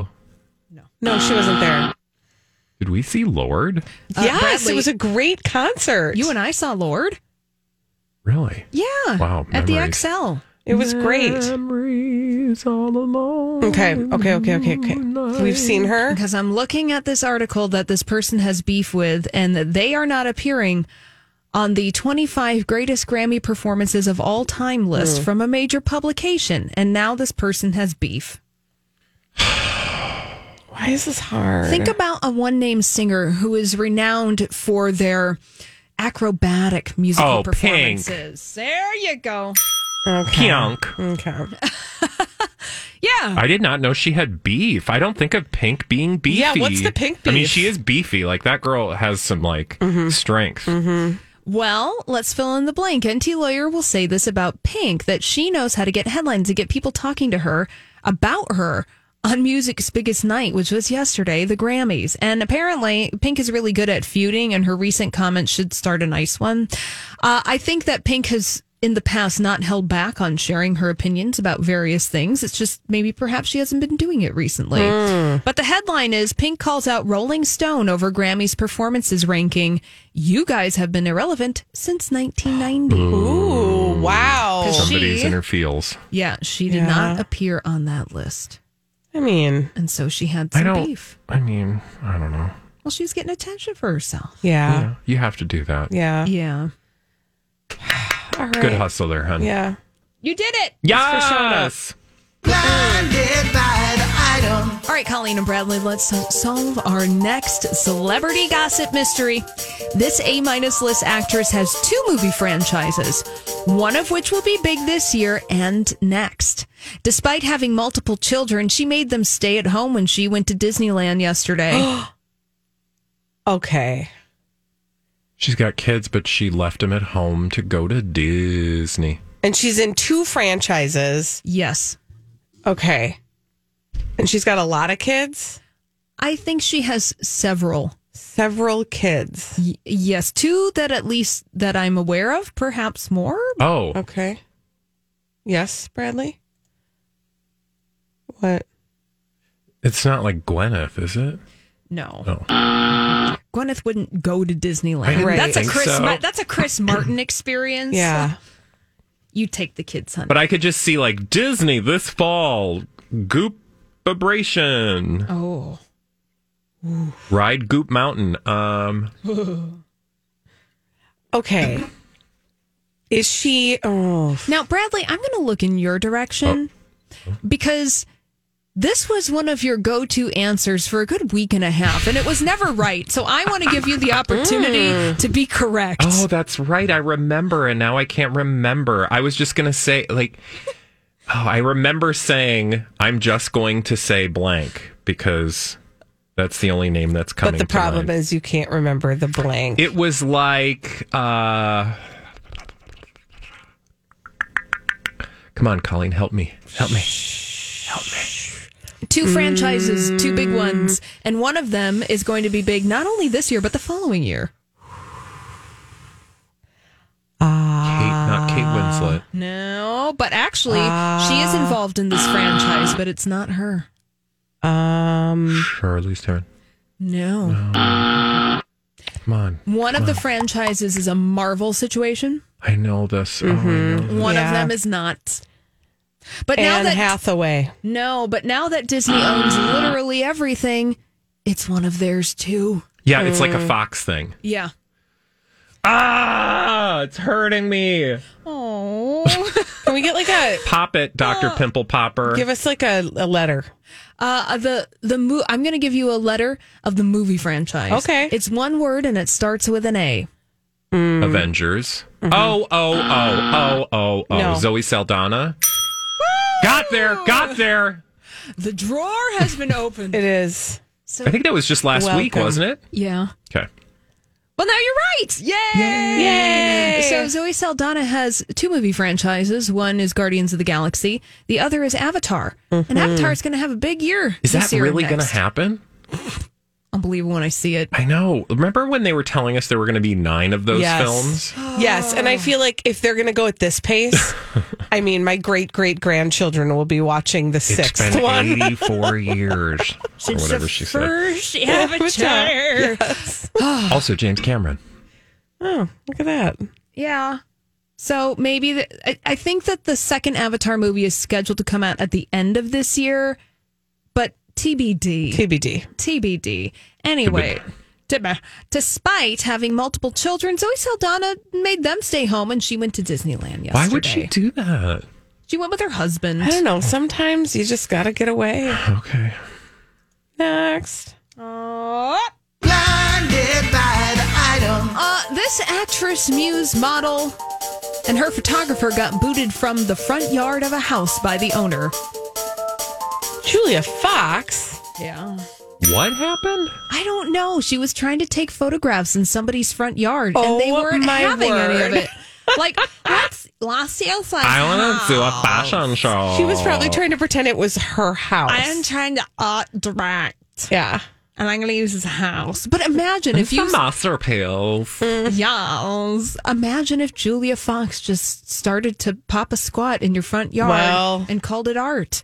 [SPEAKER 3] Lord.
[SPEAKER 2] No, she wasn't there.
[SPEAKER 3] Did we see Lord?
[SPEAKER 4] Uh,
[SPEAKER 2] yes,
[SPEAKER 4] Bradley-
[SPEAKER 2] it was a great concert.
[SPEAKER 4] You and I saw Lord.
[SPEAKER 3] Really?
[SPEAKER 4] Yeah.
[SPEAKER 3] Wow,
[SPEAKER 4] At
[SPEAKER 3] memories.
[SPEAKER 4] the XL.
[SPEAKER 2] It was great.
[SPEAKER 3] Memories all alone.
[SPEAKER 2] Okay, okay, okay, okay, okay. We've seen her.
[SPEAKER 4] Because I'm looking at this article that this person has beef with, and that they are not appearing on the 25 greatest Grammy performances of all time
[SPEAKER 2] Hmm.
[SPEAKER 4] list from a major publication. And now this person has beef.
[SPEAKER 2] Why is this hard?
[SPEAKER 4] Think about a one name singer who is renowned for their acrobatic musical
[SPEAKER 3] Oh, Pink.
[SPEAKER 4] performances. There you go.
[SPEAKER 3] Pionk.
[SPEAKER 2] okay.
[SPEAKER 4] Yeah.
[SPEAKER 3] I did not know she had beef. I don't think of Pink being beefy.
[SPEAKER 2] Yeah, what's the Pink
[SPEAKER 3] I mean,
[SPEAKER 2] beef? Mm-hmm.
[SPEAKER 3] she is beefy. Like that girl has some like strength.
[SPEAKER 4] Well, let's fill in the blank. NT Lawyer will say this about Pink that she knows how to get headlines to get people talking to her about her on music's biggest night, which was yesterday, the Grammys. And apparently, Pink is really good at feuding, and her recent comments should start a nice one. Uh, I think that Pink has. In the past, not held back on sharing her opinions about various things. It's just maybe perhaps she hasn't been doing it recently. But the headline is Pink calls out Rolling Stone over Grammy's performances ranking. You guys have been irrelevant since 1990.
[SPEAKER 2] Ooh, wow.
[SPEAKER 4] 'Cause
[SPEAKER 3] Somebody's
[SPEAKER 4] She-
[SPEAKER 3] in her feels.
[SPEAKER 4] Yeah, she did not appear on that list.
[SPEAKER 2] I mean,
[SPEAKER 4] And so she had
[SPEAKER 3] I
[SPEAKER 4] some
[SPEAKER 3] don't.
[SPEAKER 4] beef.
[SPEAKER 3] I mean, I don't know.
[SPEAKER 4] Well, she was getting attention for herself.
[SPEAKER 2] yeah.
[SPEAKER 3] Yeah, you have to do that.
[SPEAKER 2] Yeah.
[SPEAKER 4] Yeah.
[SPEAKER 2] All right.
[SPEAKER 3] Good hustle there, hon.
[SPEAKER 2] Yeah.
[SPEAKER 4] You did it.
[SPEAKER 2] That's for showing up.
[SPEAKER 3] Yes.
[SPEAKER 4] All right, Colleen and Bradley, let's solve our next celebrity gossip mystery. This A minus list actress has two movie franchises, one of which will be big this year and next. Despite having multiple children, she made them stay at home when she went to Disneyland yesterday.
[SPEAKER 2] Okay.
[SPEAKER 3] She's got kids, but she left them at home to go to Disney.
[SPEAKER 2] And she's in two franchises.
[SPEAKER 4] yes.
[SPEAKER 2] Okay. And she's got a lot of kids.
[SPEAKER 4] I think she has several.
[SPEAKER 2] Several kids.
[SPEAKER 4] Y- yes, two that at least that I'm aware of, perhaps more.
[SPEAKER 3] Oh,
[SPEAKER 2] Okay. Yes, Bradley. What?
[SPEAKER 3] it's not like Gwyneth, is it?
[SPEAKER 4] No.
[SPEAKER 3] Oh.
[SPEAKER 4] Gwyneth wouldn't go to
[SPEAKER 3] I
[SPEAKER 4] Disneyland.
[SPEAKER 3] didn't
[SPEAKER 2] Right.
[SPEAKER 4] That's a
[SPEAKER 3] think
[SPEAKER 4] Chris
[SPEAKER 3] so.
[SPEAKER 4] Ma- that's a Chris Martin experience.
[SPEAKER 2] Yeah.
[SPEAKER 4] You take the kids honey.
[SPEAKER 3] But I could just see like Disney this fall, Goop Vibration,
[SPEAKER 4] oh.
[SPEAKER 3] Ride Goop Mountain. Um,
[SPEAKER 2] Okay. Is she? Oh,
[SPEAKER 4] Now, Bradley, I'm going to look in your direction
[SPEAKER 3] Oh.
[SPEAKER 4] because this was one of your go-to answers for a good week and a half and it was never right. So I want to give you the opportunity to be correct.
[SPEAKER 3] oh, that's right. I remember, and now I can't remember. I was just gonna say like, oh, I remember saying I'm just going to say blank because that's the only name that's coming.
[SPEAKER 2] but the
[SPEAKER 3] to
[SPEAKER 2] problem
[SPEAKER 3] mind.
[SPEAKER 2] is you can't remember the blank.
[SPEAKER 3] It was like, uh, come on, Colleen, help me, help me.
[SPEAKER 4] two franchises, two big ones, and one of them is going to be big not only this year but the following year.
[SPEAKER 3] Kate, not Kate
[SPEAKER 2] Ah.
[SPEAKER 3] Winslet.
[SPEAKER 4] No, but actually, she is involved in this franchise, but it's not her.
[SPEAKER 2] um.
[SPEAKER 3] Charlize Theron.
[SPEAKER 4] No.
[SPEAKER 3] Come on.
[SPEAKER 4] One of the franchises is a Marvel situation.
[SPEAKER 3] I know this. Oh,
[SPEAKER 2] Mm-hmm.
[SPEAKER 3] I know this.
[SPEAKER 4] One
[SPEAKER 2] Yeah.
[SPEAKER 4] of them is not. But now
[SPEAKER 2] Anne
[SPEAKER 4] that
[SPEAKER 2] Hathaway.
[SPEAKER 4] no, but now that Disney owns literally everything, it's one of theirs too.
[SPEAKER 3] Yeah, it's
[SPEAKER 2] Mm-hmm.
[SPEAKER 3] like a Fox thing.
[SPEAKER 4] Yeah.
[SPEAKER 3] Ah, it's hurting me.
[SPEAKER 4] Oh.
[SPEAKER 2] Can we get like a?
[SPEAKER 3] Pop it, Dr. Pimple Popper.
[SPEAKER 2] Give us like a, a letter.
[SPEAKER 4] Uh, the the mo- I'm going to give you a letter of the movie franchise.
[SPEAKER 2] Okay.
[SPEAKER 4] It's one word and it starts with an A.
[SPEAKER 3] Avengers. Oh, oh, oh, oh, oh, oh.
[SPEAKER 2] Mm-hmm. No.
[SPEAKER 3] Zoe Saldana. Got there, got there.
[SPEAKER 4] The drawer has been opened.
[SPEAKER 2] It is.
[SPEAKER 3] I think that was just last week,
[SPEAKER 2] Welcome.
[SPEAKER 3] wasn't it?
[SPEAKER 4] yeah.
[SPEAKER 3] Okay.
[SPEAKER 4] Well, now you're right. Yay! Yay! So Zoe Saldana has two movie franchises. One is Guardians of the Galaxy. The other is Avatar. And Avatar is going to have a big year.
[SPEAKER 3] Mm-hmm. Is
[SPEAKER 4] this
[SPEAKER 3] that
[SPEAKER 4] year
[SPEAKER 3] really going to
[SPEAKER 4] next.
[SPEAKER 3] happen?
[SPEAKER 4] I'll believe it when I see it.
[SPEAKER 3] I know. Remember when they were telling us there were going to be nine of those
[SPEAKER 2] Yes.
[SPEAKER 3] films?
[SPEAKER 2] Yes,
[SPEAKER 3] Ah.
[SPEAKER 2] and I feel like if they're going to go at this pace, I mean, my great great grandchildren will be watching the
[SPEAKER 3] It's
[SPEAKER 2] sixth
[SPEAKER 3] been
[SPEAKER 2] one.
[SPEAKER 3] 84 years or whatever she said.
[SPEAKER 4] First Avatar.
[SPEAKER 3] Also, James Cameron.
[SPEAKER 2] Oh, look at that!
[SPEAKER 4] Yeah. So maybe the, I, I think that the second Avatar movie is scheduled to come out at the end of this year, but TBD.
[SPEAKER 2] TBD.
[SPEAKER 4] TBD. Anyway, tib- despite having multiple children, Zoe Saldana made them stay home and she went to Disneyland yesterday.
[SPEAKER 3] Why would she do that?
[SPEAKER 4] She went with her husband.
[SPEAKER 2] I don't know. Sometimes you just got to get away.
[SPEAKER 3] Okay.
[SPEAKER 2] Next.
[SPEAKER 4] Uh, this actress, muse, model, and her photographer got booted from the front yard of a house by the owner.
[SPEAKER 2] Julia Fox.
[SPEAKER 4] Yeah.
[SPEAKER 3] What happened?
[SPEAKER 4] I don't know. She was trying to take photographs in somebody's front yard, and they
[SPEAKER 2] Oh,
[SPEAKER 4] weren't
[SPEAKER 2] my
[SPEAKER 4] having any of
[SPEAKER 2] word.
[SPEAKER 4] it. Like, let's Los Angeles.
[SPEAKER 3] I want to do a fashion show.
[SPEAKER 2] She was probably trying to pretend it was her house.
[SPEAKER 4] I'm trying to art direct,
[SPEAKER 2] yeah.
[SPEAKER 4] and I'm going to use his house. But imagine if you,
[SPEAKER 3] Some master pills.
[SPEAKER 4] yas, imagine if Julia Fox just started to pop a squat in your front yard
[SPEAKER 2] Well.
[SPEAKER 4] and called it art.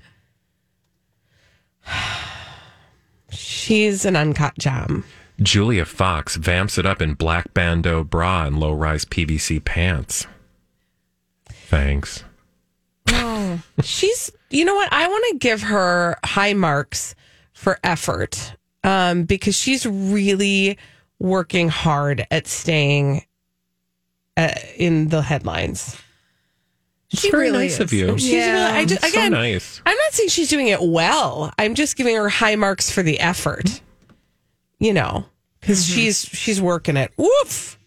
[SPEAKER 2] She's an uncut gem.
[SPEAKER 3] Julia Fox vamps it up in black bandeau bra and low rise PVC pants. Thanks.
[SPEAKER 2] She's, you know what? I want to give her high marks for effort um, because she's really working hard at staying uh, in the headlines.
[SPEAKER 4] She
[SPEAKER 3] Very
[SPEAKER 4] really
[SPEAKER 3] nice
[SPEAKER 4] is.
[SPEAKER 3] of you.
[SPEAKER 2] She's really, I just,
[SPEAKER 3] So
[SPEAKER 2] again,
[SPEAKER 3] nice.
[SPEAKER 2] I'm not saying she's doing it well. I'm just giving her high marks for the effort, you know, because she's she's working it. Woof.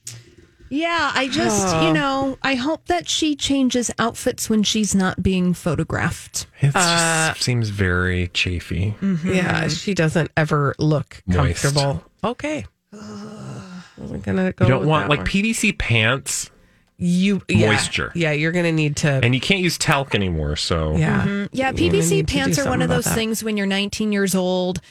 [SPEAKER 4] Yeah, I just, you know, I hope that she changes outfits when she's not being photographed.
[SPEAKER 3] It
[SPEAKER 2] Uh,
[SPEAKER 3] just seems very chafy.
[SPEAKER 2] Yeah, she doesn't ever look
[SPEAKER 3] Moist.
[SPEAKER 2] comfortable. Okay. Wasn't gonna go
[SPEAKER 3] You don't
[SPEAKER 2] with
[SPEAKER 3] want
[SPEAKER 2] that
[SPEAKER 3] like
[SPEAKER 2] one.
[SPEAKER 3] PVC pants,
[SPEAKER 2] you yeah,
[SPEAKER 3] moisture.
[SPEAKER 2] Yeah, you're gonna need to.
[SPEAKER 3] and Mm-hmm. you can't use talc anymore. So
[SPEAKER 2] yeah,
[SPEAKER 4] Mm, Yeah,
[SPEAKER 2] need
[SPEAKER 4] PVC
[SPEAKER 2] to
[SPEAKER 4] pants
[SPEAKER 2] do
[SPEAKER 4] are one
[SPEAKER 2] something
[SPEAKER 4] of
[SPEAKER 2] about
[SPEAKER 4] those
[SPEAKER 2] that.
[SPEAKER 4] things when you're 19 years old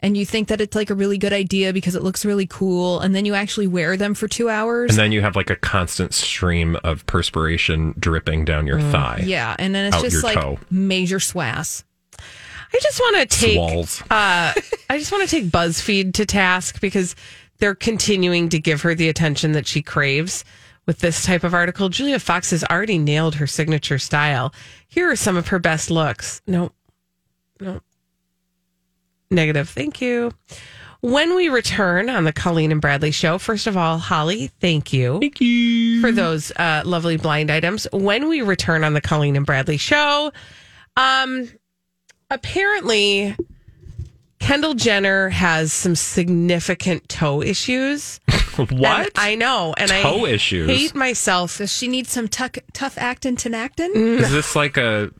[SPEAKER 4] and you think that it's like a really good idea because it looks really cool and then you actually wear them for 2 hours.
[SPEAKER 3] and then you have like a constant stream of perspiration dripping down
[SPEAKER 2] Mm.
[SPEAKER 3] your thigh.
[SPEAKER 4] yeah, and then it's
[SPEAKER 3] Out your
[SPEAKER 4] just like
[SPEAKER 3] toe.
[SPEAKER 4] major swass.
[SPEAKER 2] I just want to take.
[SPEAKER 3] Walls.
[SPEAKER 2] I just want to take BuzzFeed to task because they're continuing to give her the attention that she craves with this type of article. Julia Fox has already nailed her signature style. Here are some of her best looks. No, no. Negative. Thank you. When we return on the Colleen and Bradley show, first of all, Holly, thank you. Thank you. For those uh, lovely blind items. When we return on the Colleen and Bradley show, um, apparently Kendall Jenner has some significant toe issues. And
[SPEAKER 3] what?
[SPEAKER 2] I know, and
[SPEAKER 3] Toe
[SPEAKER 2] I
[SPEAKER 3] issues?
[SPEAKER 2] hate myself.
[SPEAKER 4] Does she need some tuck, tough actin tenactin?
[SPEAKER 3] Is this like a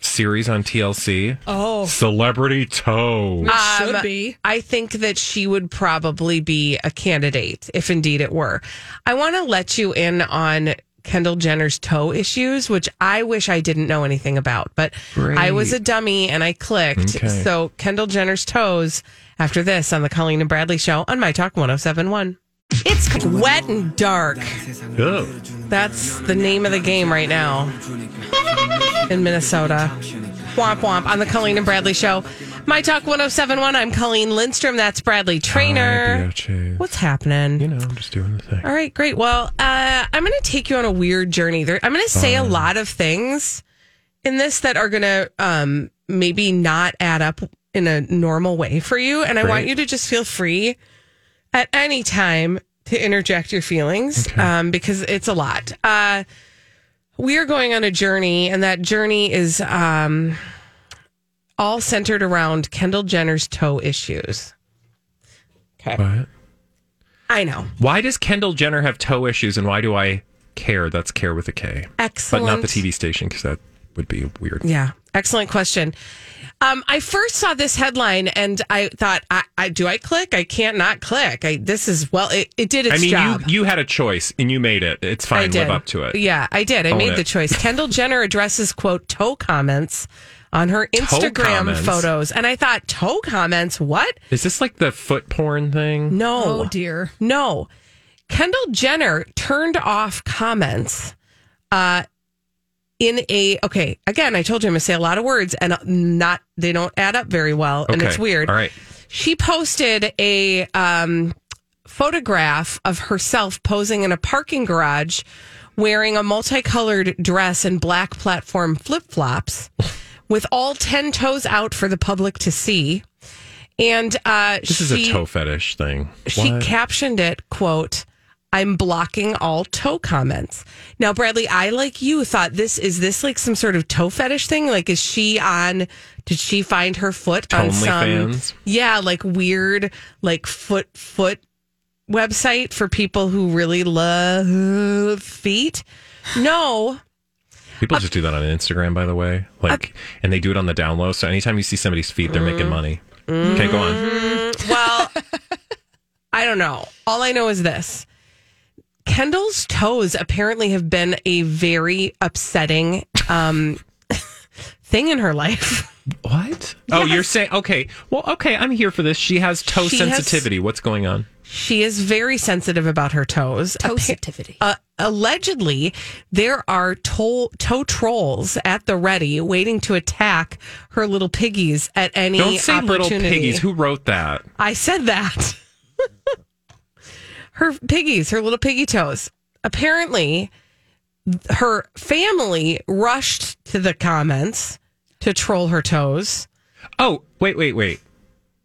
[SPEAKER 3] series on TLC? Oh, celebrity toe.
[SPEAKER 2] Um, I think that she would probably be a candidate if indeed it were. I want to let you in on Kendall Jenner's toe issues, which I wish I didn't know anything about, but I was a dummy and I clicked.
[SPEAKER 3] Okay.
[SPEAKER 2] So Kendall Jenner's toes after this on the Colleen and Bradley show on My Talk 1071. It's wet and dark.
[SPEAKER 3] Ugh.
[SPEAKER 2] That's the name of the game right now in Minnesota. Womp womp on the Colleen and Bradley show. My Talk 1071. I'm Colleen Lindstrom. That's Bradley
[SPEAKER 3] Hi,
[SPEAKER 2] Trainer.
[SPEAKER 3] BHA.
[SPEAKER 2] What's happening?
[SPEAKER 3] You know, I'm just doing the thing.
[SPEAKER 2] All right, great. Well, uh, I'm going to take you on a weird journey. There, I'm going to say a lot of things in this that are going to um, maybe not add up in a normal way for you. And I want
[SPEAKER 3] Great.
[SPEAKER 2] you to just feel free at any time to interject your feelings um, because it's a lot. Uh, we are going on a journey, and that journey is um, all centered around Kendall Jenner's toe issues. Okay.
[SPEAKER 3] What?
[SPEAKER 2] I know.
[SPEAKER 3] Why does Kendall Jenner have toe issues and why do I care? That's care with a K.
[SPEAKER 2] Excellent.
[SPEAKER 3] But not the TV station because that would be weird.
[SPEAKER 2] Yeah, excellent question. Um, I first saw this headline and I thought, I, I do I click? I can't not click. I this is well, it, it did its
[SPEAKER 3] I mean,
[SPEAKER 2] job.
[SPEAKER 3] you you had a choice and you made it. It's
[SPEAKER 2] I
[SPEAKER 3] fine.
[SPEAKER 2] did.
[SPEAKER 3] Live up to it.
[SPEAKER 2] Yeah, I did. I
[SPEAKER 3] Own
[SPEAKER 2] made
[SPEAKER 3] it.
[SPEAKER 2] the choice. Kendall Jenner addresses quote toe comments on her Instagram
[SPEAKER 3] comments?
[SPEAKER 2] photos, and I thought toe comments. What?
[SPEAKER 3] Is this like the foot porn thing?
[SPEAKER 2] No,
[SPEAKER 4] Oh dear.
[SPEAKER 2] no. Kendall Jenner turned off comments uh, in a. Okay, again, I told you I'm going to say a lot of words and not they don't add up very well, and
[SPEAKER 3] Okay.
[SPEAKER 2] it's weird.
[SPEAKER 3] All right.
[SPEAKER 2] She posted a um, photograph of herself posing in a parking garage wearing a multicolored dress and black platform flip flops with all 10 toes out for the public to see. And uh,
[SPEAKER 3] This is a toe fetish thing.
[SPEAKER 2] she
[SPEAKER 3] What?
[SPEAKER 2] captioned it quote i'm blocking all toe comments now bradley i like you thought this is this like some sort of toe fetish thing like is she on did she find her foot on
[SPEAKER 3] Only
[SPEAKER 2] some
[SPEAKER 3] fans?
[SPEAKER 2] yeah like weird like foot foot website for people who really love feet no
[SPEAKER 3] People just do that on Instagram, by the way. Like, and they do it on the down low. So anytime you see somebody's feet, they're making money.
[SPEAKER 2] Mm-hmm.
[SPEAKER 3] Okay, go on.
[SPEAKER 2] Mm, Well, I don't know. All I know is this. Kendall's toes apparently have been a very upsetting um, thing in her life.
[SPEAKER 3] What? Oh, you're saying okay. Well, okay, I'm here for this. She has toe
[SPEAKER 2] She has-
[SPEAKER 3] sensitivity. What's going on?
[SPEAKER 2] She is very sensitive about her toes. Appa-
[SPEAKER 4] Positivity.
[SPEAKER 2] uh, allegedly, there are toe, toe trolls at the ready waiting to attack her little piggies at any
[SPEAKER 3] Don't say little
[SPEAKER 2] opportunity.
[SPEAKER 3] piggies. Who wrote that?
[SPEAKER 2] I said that. her piggies, her little piggy toes. Apparently, her family rushed to the comments to troll her toes.
[SPEAKER 3] Oh, wait, wait, wait.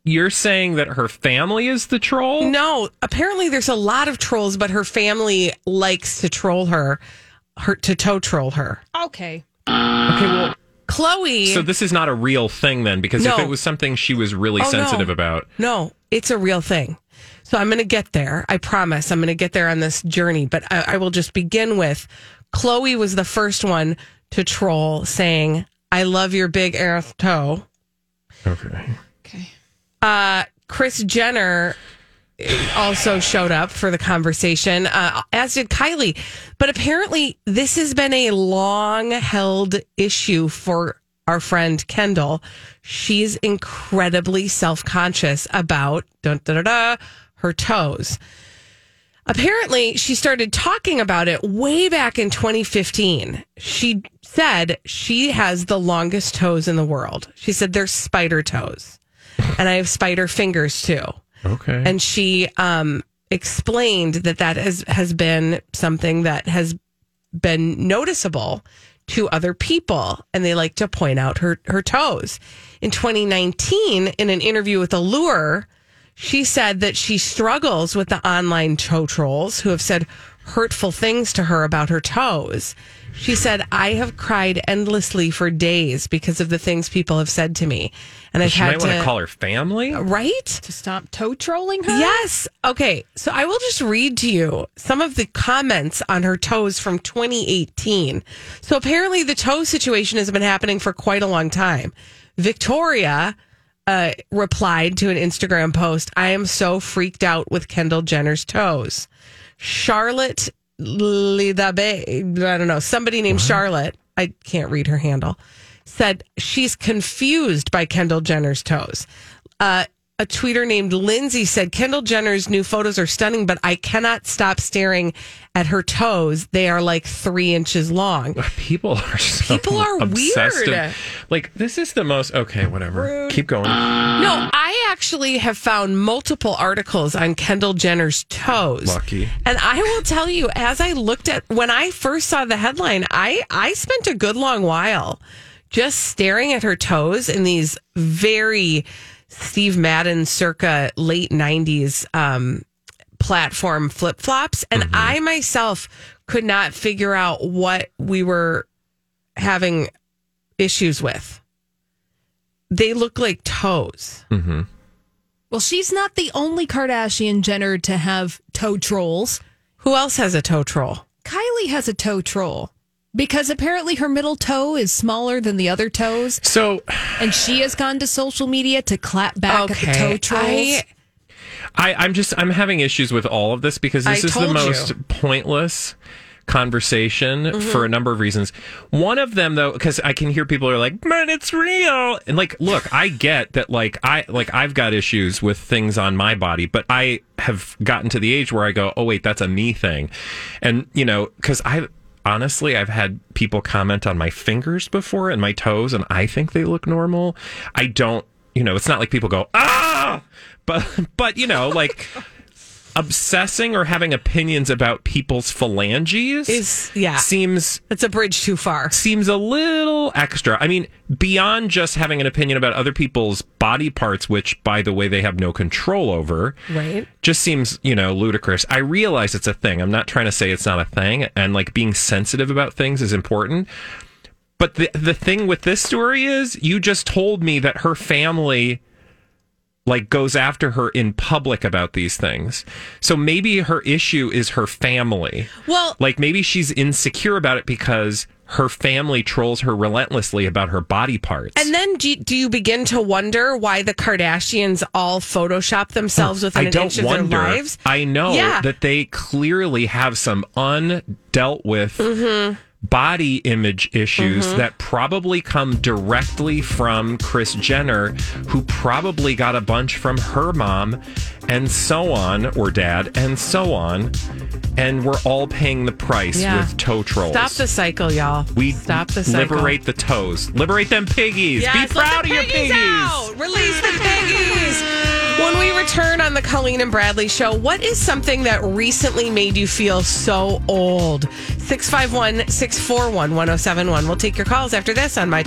[SPEAKER 3] You're saying that her family is the troll?
[SPEAKER 2] No, apparently there's a lot of trolls, but her family likes to troll her, her to toe troll her.
[SPEAKER 4] okay.
[SPEAKER 3] Okay, well,
[SPEAKER 2] Chloe,
[SPEAKER 3] so this is not a real thing then, because if
[SPEAKER 2] No.
[SPEAKER 3] it was something she was really
[SPEAKER 2] Oh, no.
[SPEAKER 3] sensitive about,
[SPEAKER 2] no, it's a real thing. So I'm going to get there. I promise. I'm going to get there on this journey, but I, I will just begin with Chloe was the first one to troll saying, I love your big ass toe.
[SPEAKER 3] okay.
[SPEAKER 4] Okay.
[SPEAKER 2] Uh, Chris Jenner also showed up for the conversation, uh, as did Kylie. But apparently, this has been a long held issue for our friend Kendall. She's incredibly self conscious about dun, da, da, da, her toes. Apparently, she started talking about it way back in 2015. She said she has the longest toes in the world. She said they're spider toes, and I have spider fingers too
[SPEAKER 3] Okay.
[SPEAKER 2] and she um, explained that that has has been something that has been noticeable to other people, and they like to point out her her toes. In 2019, in an interview with Allure, she said that she struggles with the online toe trolls who have said hurtful things to her about her toes. She said, "I have cried endlessly for days because of the things people have said to me, and I've
[SPEAKER 3] she
[SPEAKER 2] had
[SPEAKER 3] might
[SPEAKER 2] to
[SPEAKER 3] want to call her family.
[SPEAKER 2] right."
[SPEAKER 4] To stop toe trolling her?
[SPEAKER 2] Yes. Okay. So I will just read to you some of the comments on her toes from 2018. So apparently, the toe situation has been happening for quite a long time. Victoria uh, replied to an Instagram post I am so freaked out with Kendall Jenner's toes. Charlotte Lidabe, I don't know, somebody named Charlotte, I can't read her handle, said she's confused by Kendall Jenner's toes. Uh, a tweeter named Lindsay said Kendall Jenner's new photos are stunning, but I cannot stop staring at her toes. They are like three inches long.
[SPEAKER 3] People are so
[SPEAKER 2] People are
[SPEAKER 3] obsessed of-
[SPEAKER 2] weird.
[SPEAKER 3] like this is the most okay. Whatever. Keep going.
[SPEAKER 2] No, I actually have found multiple articles on Kendall Jenner's toes.
[SPEAKER 3] Lucky.
[SPEAKER 2] And I will tell you, as I looked at when I first saw the headline, I I spent a good long while just staring at her toes in these very Steve Madden circa late '90s um, platform flip flops, and I myself could not figure out what we were having issues with. They look like toes.
[SPEAKER 4] Well, she's not the only Kardashian Jenner to have toe trolls.
[SPEAKER 2] Who else has a toe troll?
[SPEAKER 4] Kylie has a toe troll because apparently her middle toe is smaller than the other toes,
[SPEAKER 3] So
[SPEAKER 4] and she has gone to social media to clap back at the toe trolls.
[SPEAKER 2] I-
[SPEAKER 3] I, I'm just I'm having issues with all of this because
[SPEAKER 2] I
[SPEAKER 3] this is the
[SPEAKER 2] told
[SPEAKER 3] most
[SPEAKER 2] you.
[SPEAKER 3] pointless conversation for a number of reasons. One of them though, because I can hear people are like, "Man, it's real," and like, look, I get that. Like I like I've got issues with things on my body, but I have gotten to the age where I go, "Oh wait, that's a me thing," and you know, because I. Honestly, I've had people comment on my fingers before and my toes, and I think they look normal. I don't, you know, it's not like people go, ah, but, but, you know, like, obsessing or having opinions about people's phalanges
[SPEAKER 2] Is- yeah.
[SPEAKER 3] seems
[SPEAKER 2] That's a bridge too far.
[SPEAKER 3] seems a little extra. I mean, beyond just having an opinion about other people's body parts, which, by the way, they have no control over,
[SPEAKER 2] Right.
[SPEAKER 3] just seems, you know, ludicrous. I realize it's a thing. I'm not trying to say it's not a thing. And like being sensitive about things is important. But the, the thing with this story is you just told me that her family like goes after her in public about these things. So maybe her issue is her family.
[SPEAKER 2] Well,
[SPEAKER 3] Like maybe she's insecure about it because her family trolls her relentlessly about her body parts.
[SPEAKER 2] and then do you, do you begin to wonder why the Kardashians all Photoshop themselves within
[SPEAKER 3] I
[SPEAKER 2] an
[SPEAKER 3] don't
[SPEAKER 2] inch of
[SPEAKER 3] wonder.
[SPEAKER 2] their lives?
[SPEAKER 3] I know
[SPEAKER 2] Yeah.
[SPEAKER 3] that they clearly have some undealt with
[SPEAKER 2] Mm-hmm.
[SPEAKER 3] body image issues that probably come directly from Chris Jenner, who probably got a bunch from her mom and so on, or dad, and so on. And we're all paying the price
[SPEAKER 2] Yeah.
[SPEAKER 3] with toe trolls.
[SPEAKER 2] Stop the cycle, y'all.
[SPEAKER 3] we
[SPEAKER 2] stop the cycle.
[SPEAKER 3] liberate the toes. Liberate them piggies.
[SPEAKER 2] Yes,
[SPEAKER 3] Be
[SPEAKER 2] let
[SPEAKER 3] proud
[SPEAKER 2] the
[SPEAKER 3] of your piggies.
[SPEAKER 2] piggies Out. Release the piggies. When we return on the Colleen and Bradley show, what is something that recently made you feel oh so old? 651 641 1071. We'll take your calls after this on My Talk.